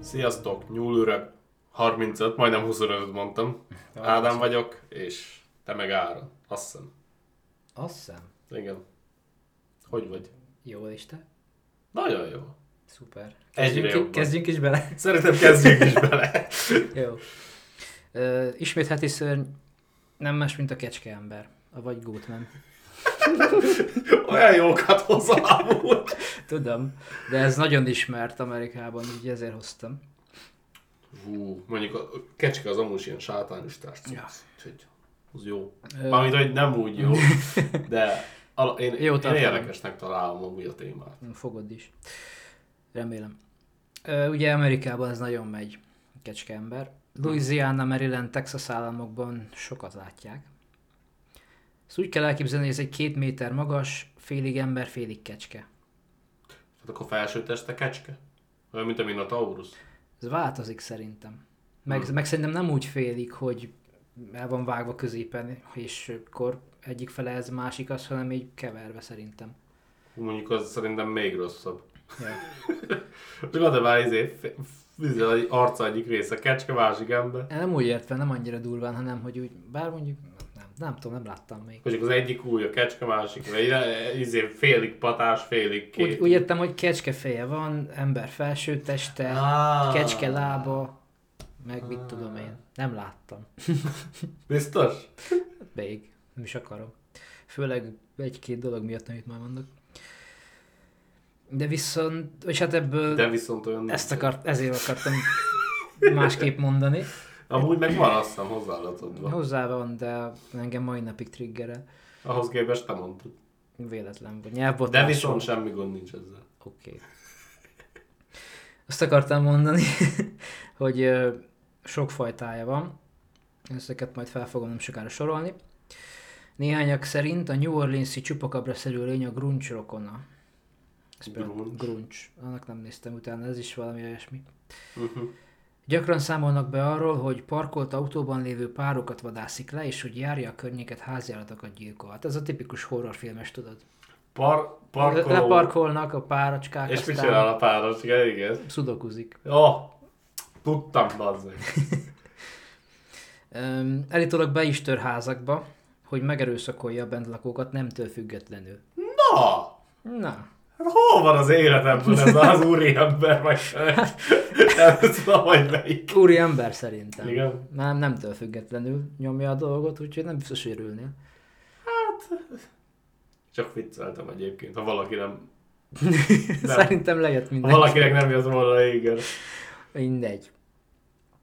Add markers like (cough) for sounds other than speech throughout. Sziasztok, nyúlőrök, 35, majdnem 25 mondtam. Ah, Ádám vagyok, és te meg Áron, azt hiszem. Azt hiszem. Igen. Hogy vagy? Jól is te? Nagyon jó. Szuper. Egyre Kezdjünk, jobban. ki, kezdjünk is bele. (laughs) Szerintem kezdjünk is bele. Jó. Ö, ismét heti szörny nem más, mint a kecske ember. Vagy gót nem. Olyan jókat hozzá amúgy. Tudom, de ez nagyon ismert Amerikában, így ezért hoztam. Hú, mondjuk a a kecske az amúgy is ilyen sátánus tárc. Ja. Úgyhogy az jó. Ö. Mármint, hogy nem úgy (laughs) jó, de al- én, Jó jó én tartalom. érdekesnek találom amúgy a témát. Hm, Fogod is. Remélem. Ö, ugye Amerikában ez nagyon megy, a kecske ember. Louisiana, Maryland, Texas államokban sokat látják. Ezt úgy kell elképzelni, hogy ez egy két méter magas, félig ember, félig kecske. Hát akkor felső teste kecske? Olyan, mint a Minotaurus. Ez változik szerintem. Meg, hmm. meg szerintem nem úgy félik, hogy el van vágva középen, és akkor egyik fele ez, másik az, hanem így keverve szerintem. Hú, Mondjuk az szerintem még rosszabb. Ja. Gondolom már izé, f- f- izé, az arca egyik része, kecske másik ember. Nem úgy értve, nem annyira durván, hanem hogy úgy, bár mondjuk, nem, nem tudom, nem láttam még. Mondjuk az egyik új, a kecske másik, vagy ide- izé félig patás, félig Úgy, két. úgy értem, hogy kecske feje van, ember felső teste, Ah. kecske lába, meg mit tudom én. Nem láttam. Biztos? Még. Nem is akarom. Főleg egy-két dolog miatt, amit már mondok. De viszont, és hát ebből De viszont olyan nincs. ezt akart, ezért akartam másképp mondani. Amúgy meg van azt hiszem hozzáadatodva. Hozzá van, de engem mai napig triggerel. Ahhoz képest te mondtad. Véletlen vagy. De Nyelvbotlás. viszont semmi gond nincs ezzel. Oké. Okay. Azt akartam mondani, (laughs) hogy ö, sok fajtája van, ezeket majd fel fogom nem sokára sorolni. Néhányak szerint a New Orleans-i csupakabra-szerű lény a grunge rokona. Ez például Grunge. grunge. Annak nem néztem utána, ez is valami olyasmi. Uh-huh. Gyakran számolnak be arról, hogy parkolt autóban lévő párokat vadászik le, és hogy járja a környéket háziállatokat gyilkol. Hát ez a tipikus horrorfilmes, tudod. Par, parkoló. Leparkolnak a párocskák, És mit csinál a páros? Igen, igen. szudokuzik. Oh, tudtam, bazzeg. Öm, Állítólag be is tör házakba, hogy megerőszakolja a bentlakókat nemtől függetlenül. Na! Na, Hát hol van az életemben ez az úriember, vagy nem tudom, hogy melyik. úri ember szerintem. Igen. Nem, nemtől függetlenül nyomja a dolgot, úgyhogy nem biztos, hogy örülnél. Csak vicceltem egyébként, ha valaki nem, szerintem lejött ha minden. valakinek nem jött volna, igen. Mindegy.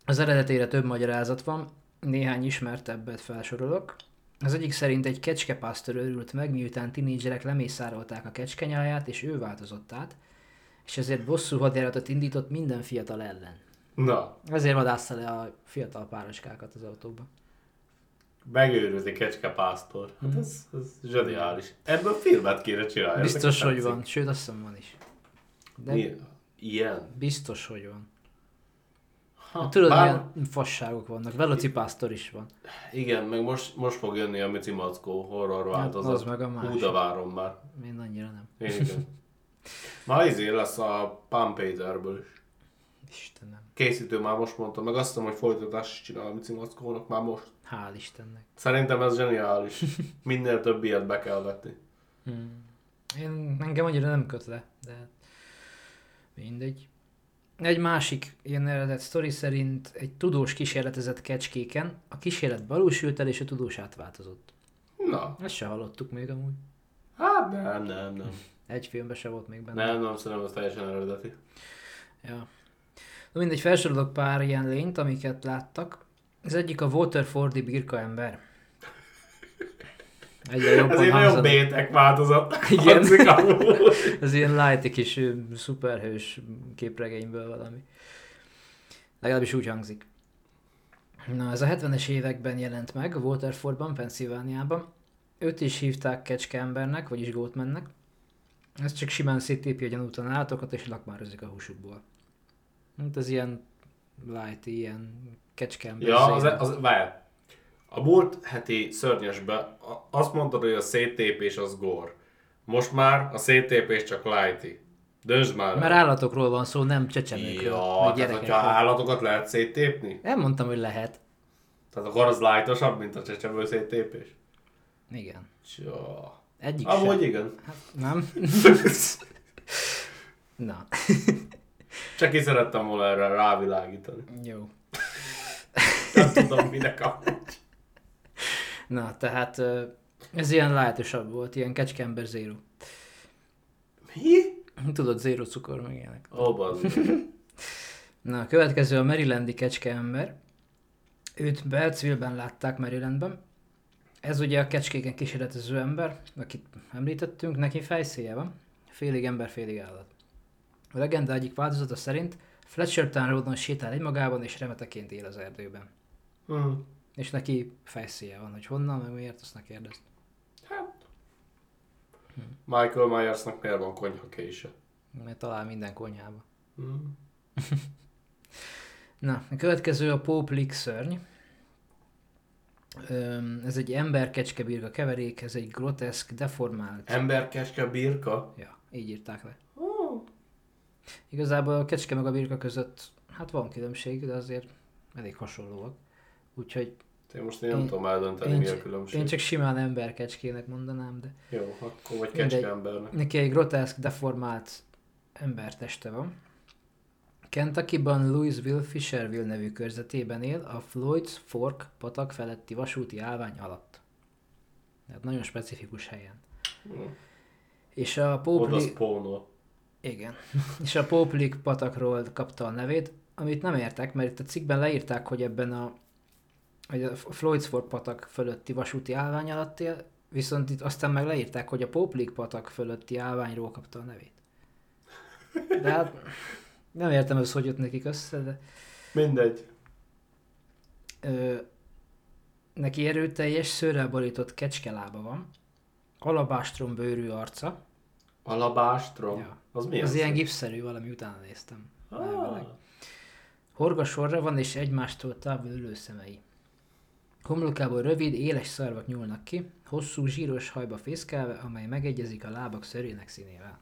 Az eredetére több magyarázat van, néhány ismertebbet felsorolok. Az egyik szerint egy kecskepásztor örült meg, miután tinédzserek lemészárolták a kecskenyáját, és ő változott át, és ezért bosszú hadjáratot indított minden fiatal ellen. Na, Ezért vadászta le a fiatal pároskákat az autóba. megőrözi kecske pásztor. Hát Mhm. ez, ez zseniális. Ebből filmet kéne csinálni. Biztos, ezeket hogy tetszik. van. Sőt, azt hiszem van is. De Milyen? Ilyen? biztos, hogy van. Ha, Hát, tudod, bár- milyen fasságok vannak. Velocipásztor is van. Igen, meg most, most fog jönni a Mici Mackó horror változat. Hát, az meg a másik. Hú, de várom már. Én annyira nem. Én (laughs) igen. Már izé lesz a Pump Paderből is. Istenem. készítő már most mondta, meg azt hiszem, hogy folytatást is csinál a Mici Mackónak már most. Hál' Istennek. Szerintem ez (laughs) zseniális. Minél több ilyet be kell vetni. Én, engem annyira nem köt le, de mindegy. Egy másik ilyen eredet sztori szerint egy tudós kísérletezett kecskéken, a kísérlet valósült el és a tudós átváltozott. Na, Ezt se hallottuk még amúgy. hát nem, nem, nem. Egy filmben se volt még benne. Nem, nem, szerintem ez teljesen eredeti. Ja. Na mindegy, felsorolok pár ilyen lényt, amiket láttak. Az egyik a Waterfordi birkaember. Egyre Ez jobban egy nagyon hangzanak. bétek változat. Igen. Hangzik amúgy. Ez ilyen light kis ö, szuperhős képregényből valami. Legalábbis úgy hangzik. Na, ez a 70-es években jelent meg, Waterfordban, Pennsylvániában. Őt is hívták kecskeembernek, vagyis Goatmannek. Ez csak simán széttépi a gyanútlan állatokat, és lakmározik a húsukból. Hát ez ilyen light, ilyen kecskeember. Ja, az, e- zéna. az, várj. A múlt heti szörnyesbe a- azt mondtad, hogy a széttépés az gór. Most már a széttépés csak lighty. Döntsd már. Mert el. állatokról van szó, nem Ja, csecsemőkről, meg tehát hogyha gyerekekről. állatokat lehet széttépni, Elmondtam, hogy lehet. tehát akkor az lájtosabb, mint a csecsemő széttépés. Igen. Csa. Egyik Amúgy sem. igen. Hát, nem? (laughs) Na, Csak ki szerettem volna erre rávilágítani. jó. Nem tudom, minek a... Na, tehát ö, ez ilyen lájtosabb volt, ilyen kecskember zéro. Mi? Tudod, zéro cukor meg ilyenek. Ó, bazd meg. Na, a következő a Marylandi kecskeember. Őt Belcville-ben látták Marylandben. Ez ugye a kecskéken kísérletező ember, akit említettünk, neki fejszéje van. Félig ember, félig állat. A legenda egyik változata szerint Fletchertown Roadon sétál egymagában és remeteként él az erdőben. Hm. És neki fejszéje van, hogy honnan, meg miért, azt ne kérdezt. Hát. Hm. Michael Myersnak miért van konyha kése? Mert talál minden konyhába. Hm. Na, a következő a Póplik szörny. Öm, Ez egy ember-kecskebirga keverék, ez egy groteszk, deformált... Ember, keske, birka? Ja, így írták le. Ó. Igazából a kecske meg a birka között, hát van különbség, de azért elég hasonlóak. Úgyhogy Én most én nem Én- tudom eldönteni, én, mi a c- különbség. én csak simán emberkecskének mondanám, de Jó, akkor vagy Mindegy. kecske embernek. neki egy groteszk, deformált emberteste van. Kentuckyban Louisville Fisherville nevű körzetében él, a Floyd's Fork patak feletti vasúti állvány alatt. Tehát nagyon specifikus helyen. Hm. És a Oda Pópli... spónol. Igen. És a Póplik patakról kapta a nevét, amit nem értek, mert itt a cikkben leírták, hogy ebben a, hogy a Floydsford patak fölötti vasúti állvány alatt él, viszont itt aztán meg leírták, hogy a Póplik patak fölötti állványról kapta a nevét. De hát nem értem ez, hogy jött nekik össze, de Mindegy. ö, neki erőteljes, szőrrel borított kecskelába van, alabástrom bőrű arca, Alabástrom? Ja. Az milyen? az ilyen szép? gipszerű, valami utána néztem. Ah, Horgasorra van és egymástól távol ülő szemei. Homlokából rövid, éles szarvak nyúlnak ki, hosszú, zsíros hajba fészkelve, amely megegyezik a lábak szörének színével.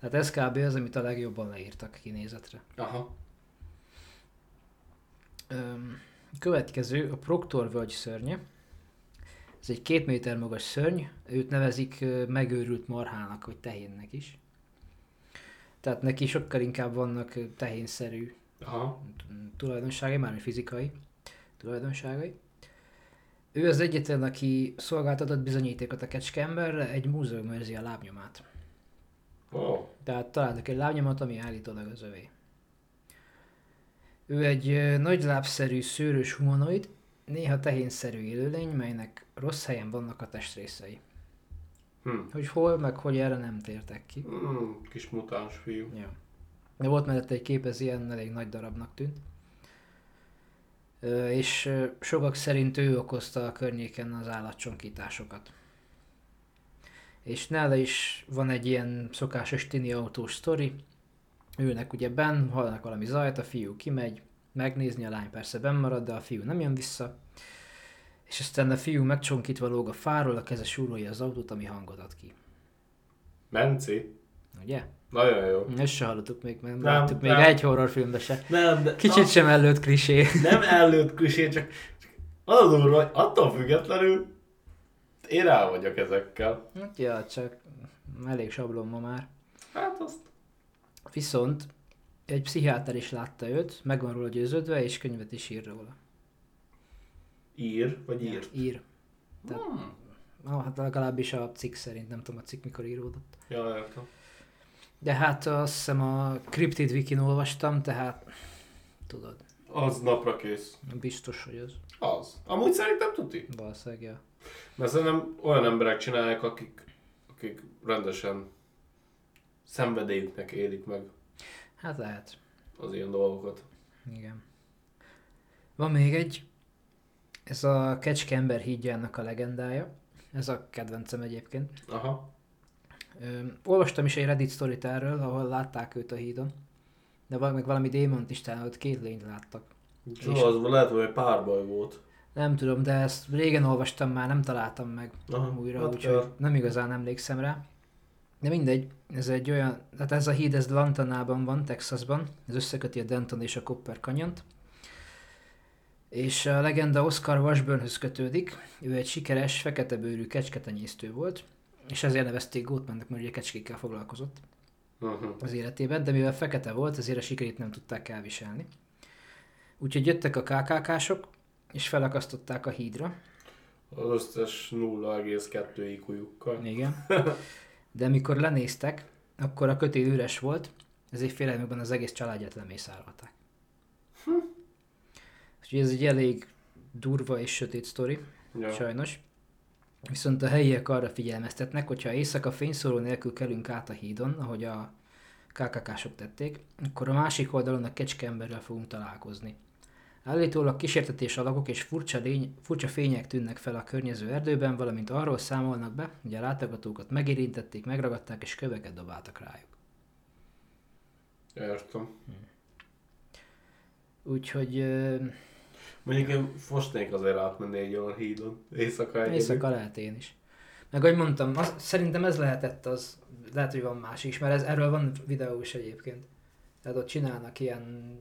Tehát ez kb. az, amit a legjobban leírtak kinézetre. Aha. Öm, következő a Proktor völgy szörnye. Ez egy két méter magas szörny, őt nevezik ö, megőrült marhának, vagy tehénnek is. Tehát neki sokkal inkább vannak ö, tehénszerű Aha. Mm, tulajdonságai, mármint fizikai tulajdonságai. Ő az egyetlen, aki szolgáltatott bizonyítékot a kecske emberre, egy múzeum őrzi a lábnyomát. Ó. Oh. Tehát találtak egy lábnyomat, ami állítólag az övé. Ő egy ö, nagy lábszerű, szőrös humanoid, néha tehénszerű élőlény, melynek rossz helyen vannak a testrészei. Hm. Hogy hol, meg hogy erre nem tértek ki. Mm, kis mutáns fiú. Ja. De volt mellette egy kép, ez ilyen elég nagy darabnak tűnt. Ö, És ö, sokak szerint ő okozta a környéken az állatcsonkításokat. És nála is van egy ilyen szokásos tini autós sztori. Őnek ugye benn, hallanak valami zajt, a fiú kimegy, megnézni, a lány persze benn marad, de a fiú nem jön vissza. És aztán a fiú megcsonkítva lóg a fáról, a keze súrolja az autót, ami hangot ad ki. Menci? Ugye? Nagyon jó. Ezt se hallottuk még, mert nem, Nem, láttuk még nem. egy horrorfilmbe se. Nem, de Kicsit sem előtt krisé. nem előtt klisé, csak, csak az a durva, hogy attól függetlenül én rá vagyok ezekkel. Hát Ja, csak elég sablon ma már. Hát azt... Viszont egy pszichiáter is látta őt, meg van róla győződve, és könyvet is ír róla. Ír, vagy írt. Ír. Hmm. Na, hát legalábbis a cikk szerint, nem tudom a cikk mikor íródott. Ja, értem. De hát azt hiszem a Cryptid Wikin olvastam, tehát tudod, Az napra kész. biztos, hogy az Az. Amúgy szerintem tuti. valószínűleg ja. Mert szerintem olyan emberek csinálják, akik, akik rendesen szenvedélyüknek élik meg Hát lehet. az ilyen dolgokat. Igen. Van még egy, ez a Kecske ember hídjának a legendája. Ez a kedvencem egyébként. Aha. Ö, olvastam is egy Reddit sztorit erről, ahol látták őt a hídon. De val- meg valami démont is talán ott két lényt láttak. Jó, az lehet, hogy egy párbaj volt. Nem tudom, de ezt régen olvastam már, nem találtam meg Aha, újra, hát úgyhogy kár. nem igazán emlékszem rá. De mindegy, ez egy olyan, hát ez a híd, ez Lantanában van, Texasban, ez összeköti a Denton és a Copper Canyont. És a legenda Oscar Washburnhöz kötődik, ő egy sikeres, feketebőrű kecsketenyésztő volt, és ezért nevezték Goatmannek, mert ugye kecskékkel foglalkozott Uh-huh. az életében, de mivel fekete volt, ezért a sikerét nem tudták elviselni. Úgyhogy jöttek a KKK-sok, és felakasztották a hídra, Az összes 0,2 IQ-jukkal. Igen. De mikor lenéztek, akkor a kötél üres volt, ezért félelmükben az egész családját lemészárolták. Úgyhogy ez egy elég durva és sötét sztori, ja. Ja. sajnos. Viszont a helyiek arra figyelmeztetnek, hogyha éjszaka fényszóró nélkül kelünk át a hídon, ahogy a KKK-sok tették, akkor a másik oldalon a kecske emberrel fogunk találkozni. Állítólag kísértetés alakok és furcsa, lény, furcsa fények tűnnek fel a környező erdőben, valamint arról számolnak be, hogy a látogatókat megérintették, megragadták és köveket dobáltak rájuk. Értem. Úgyhogy ö, Mondjuk én fosnék azért átmenni egy olyan hídon. Éjszaka egyedül. éjszaka lehet én is. Meg ahogy mondtam, az, szerintem ez lehetett az, lehet, hogy van más is, mert ez, erről van videó is egyébként. Tehát ott csinálnak ilyen,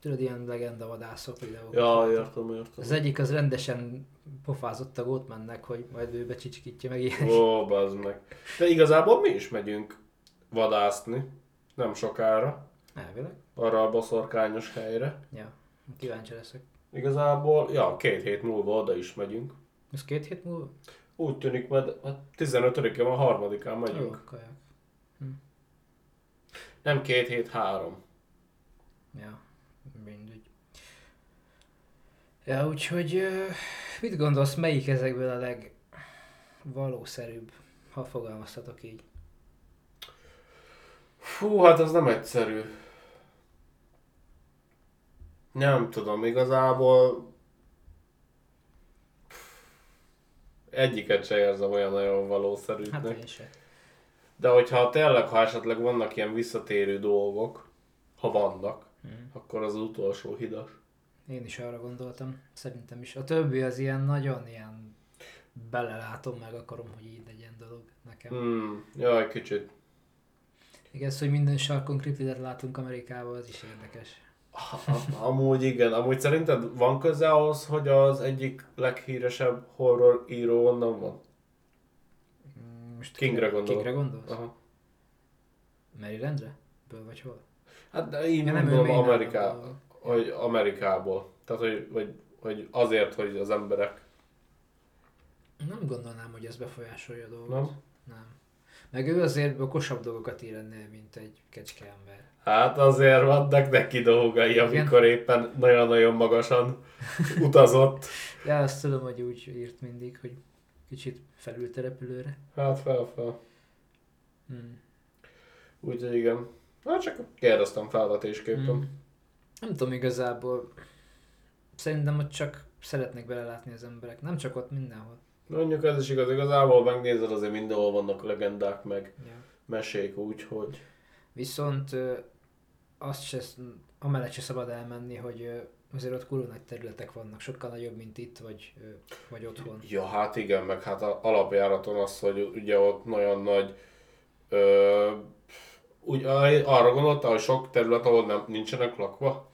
tudod, ilyen legenda vadászok videókat. Ja, értem, értem. Az egyik az rendesen pofázott a Goatmannek, hogy majd ő becsicsikítja meg ilyen. Ó, bazd meg. De igazából mi is megyünk vadászni. Nem sokára. Elvileg. Arra a boszorkányos helyre. Ja, kíváncsi leszek. Igazából, ja, két hét múlva oda is megyünk. Ez két hét múlva? Úgy tűnik, mert hát 15-én a harmadikán Jó, megyünk. kaják. Nem két hét, három. Ja, mindegy. Ja, úgyhogy ö, mit gondolsz, melyik ezekből a legvalószerűbb, ha fogalmazhatok így? Fú, hát az nem egyszerű. Nem tudom, igazából... Egyiket se érzem olyan nagyon Hát valószerűnek. én se. De hogyha tényleg, ha esetleg vannak ilyen visszatérő dolgok, ha vannak, Hmm. akkor az utolsó hidas. Én is arra gondoltam, szerintem is. A többi az ilyen nagyon ilyen belelátom, meg akarom, hogy így legyen dolog nekem. Hmm, jaj, kicsit. Igaz, hogy minden sarkon kriptidet látunk Amerikában, az is érdekes. A- Amúgy igen, amúgy szerinted van köze ahhoz, hogy az egyik leghíresebb horror író onnan van? Mm, Most Kingre gondolok. Kingre gondolsz? Aha. Marylandre? Ből vagy hol? Hát de én Ja, nem nem, ő gondolom Maine-ban Ameriká... dolgozik. hogy Amerikából. Tehát, hogy, hogy, hogy azért, hogy az emberek... Nem gondolnám, hogy ez befolyásolja a dolgot. Nem? Nem. Meg ő azért okosabb dolgokat ír ennél, mint egy kecske ember. Hát azért vannak neki dolgai, amikor éppen nagyon-nagyon magasan utazott. Ja, azt tudom, hogy úgy írt mindig, hogy kicsit felült a repülőre. Hát fel-fel. Hmm. Úgyhogy igen. Na csak kérdeztem felvetésképpen. Hmm. Nem tudom igazából. Szerintem ott csak szeretnek belelátni az emberek. Nem csak ott, mindenhol. Mondjuk ez is igaz, igazából megnézed azért mindenhol vannak legendák meg Ja. mesék, úgyhogy... Viszont ö, azt se, amellett se szabad elmenni, hogy ö, azért ott kurva nagy területek vannak. Sokkal nagyobb, mint itt, vagy, ö, vagy otthon. Ja, hát igen, meg hát a- alapjáraton az, hogy ugye ott nagyon nagy... Ö, úgy, arra gondoltál, hogy sok terület, ahol nem, nincsenek lakva?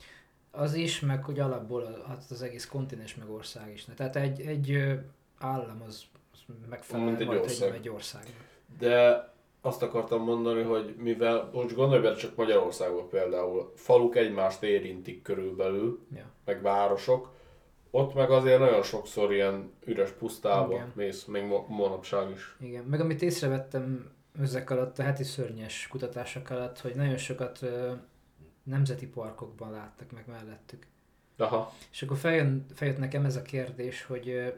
Az is, meg hogy alapból hát az, az egész kontinens meg ország is. Tehát egy, egy ö, állam az, az megfelel Mint egy majd ország. Egy, egy országnak. De azt akartam mondani, hogy mivel, most gondolj bele csak Magyarországon például, faluk egymást érintik körülbelül, Ja. meg városok, ott meg azért nagyon sokszor ilyen üres pusztába Igen. mész, még ma- manapság is. Igen. Meg amit észrevettem ezek alatt, a heti szörnyes kutatások alatt, hogy nagyon sokat ö, nemzeti parkokban láttak meg mellettük. Aha, És akkor feljön, feljött nekem ez a kérdés, hogy ö,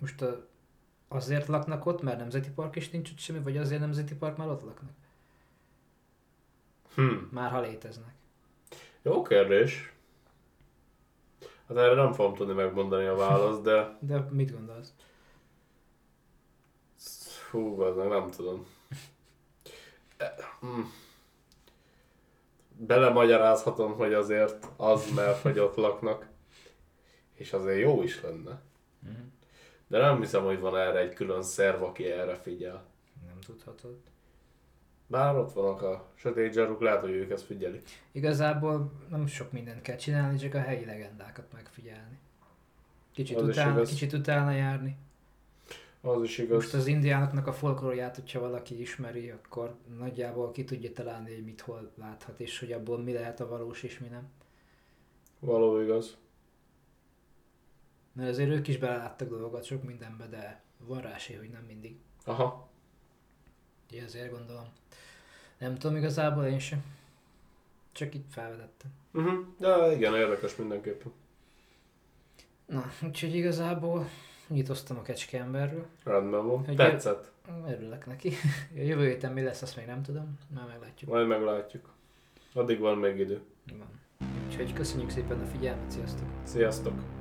most a, azért laknak ott, mert nemzeti park is nincs ott semmi, vagy azért nemzeti park már ott laknak? hm. Már ha léteznek. jó kérdés. Hát erre nem fogom tudni megmondani a választ, de De mit gondolsz? Hú, az meg nem tudom. E, mm. Belemagyarázhatom, hogy azért az, mert hogy ott laknak. És azért jó is lenne. Mhm. De nem hiszem, hogy van erre egy külön szerv, aki erre figyel. Nem tudhatod. Bár ott vannak a sötét zsaruk, lehet, hogy ők ezt figyelik. Igazából nem sok mindent kell csinálni, csak a helyi legendákat megfigyelni. Kicsit, Az is utána, igaz. kicsit utána járni. Az is igaz. Most az indiánoknak a folklórját, hogyha valaki ismeri, akkor nagyjából ki tudja találni, hogy mit hol láthat, és hogy abból mi lehet a valós és mi nem. Való igaz. Mert azért ők is beleláttak dolgokat sok mindenbe, de van rá esély, hogy nem mindig. Aha. Ugye azért gondolom. Nem tudom igazából én sem. Csak itt felvetettem. Uh-huh. De igen, érdekes mindenképpen. Na, úgyhogy igazából nyitoztam a kecske emberről. Rendben van. Hogy- Tetszett. Örülök neki. (laughs) A jövő héten mi lesz, azt még nem tudom. Már meglátjuk. Majd meglátjuk. Addig van még idő. Mi van. Úgyhogy köszönjük szépen a figyelmet, sziasztok! Sziasztok!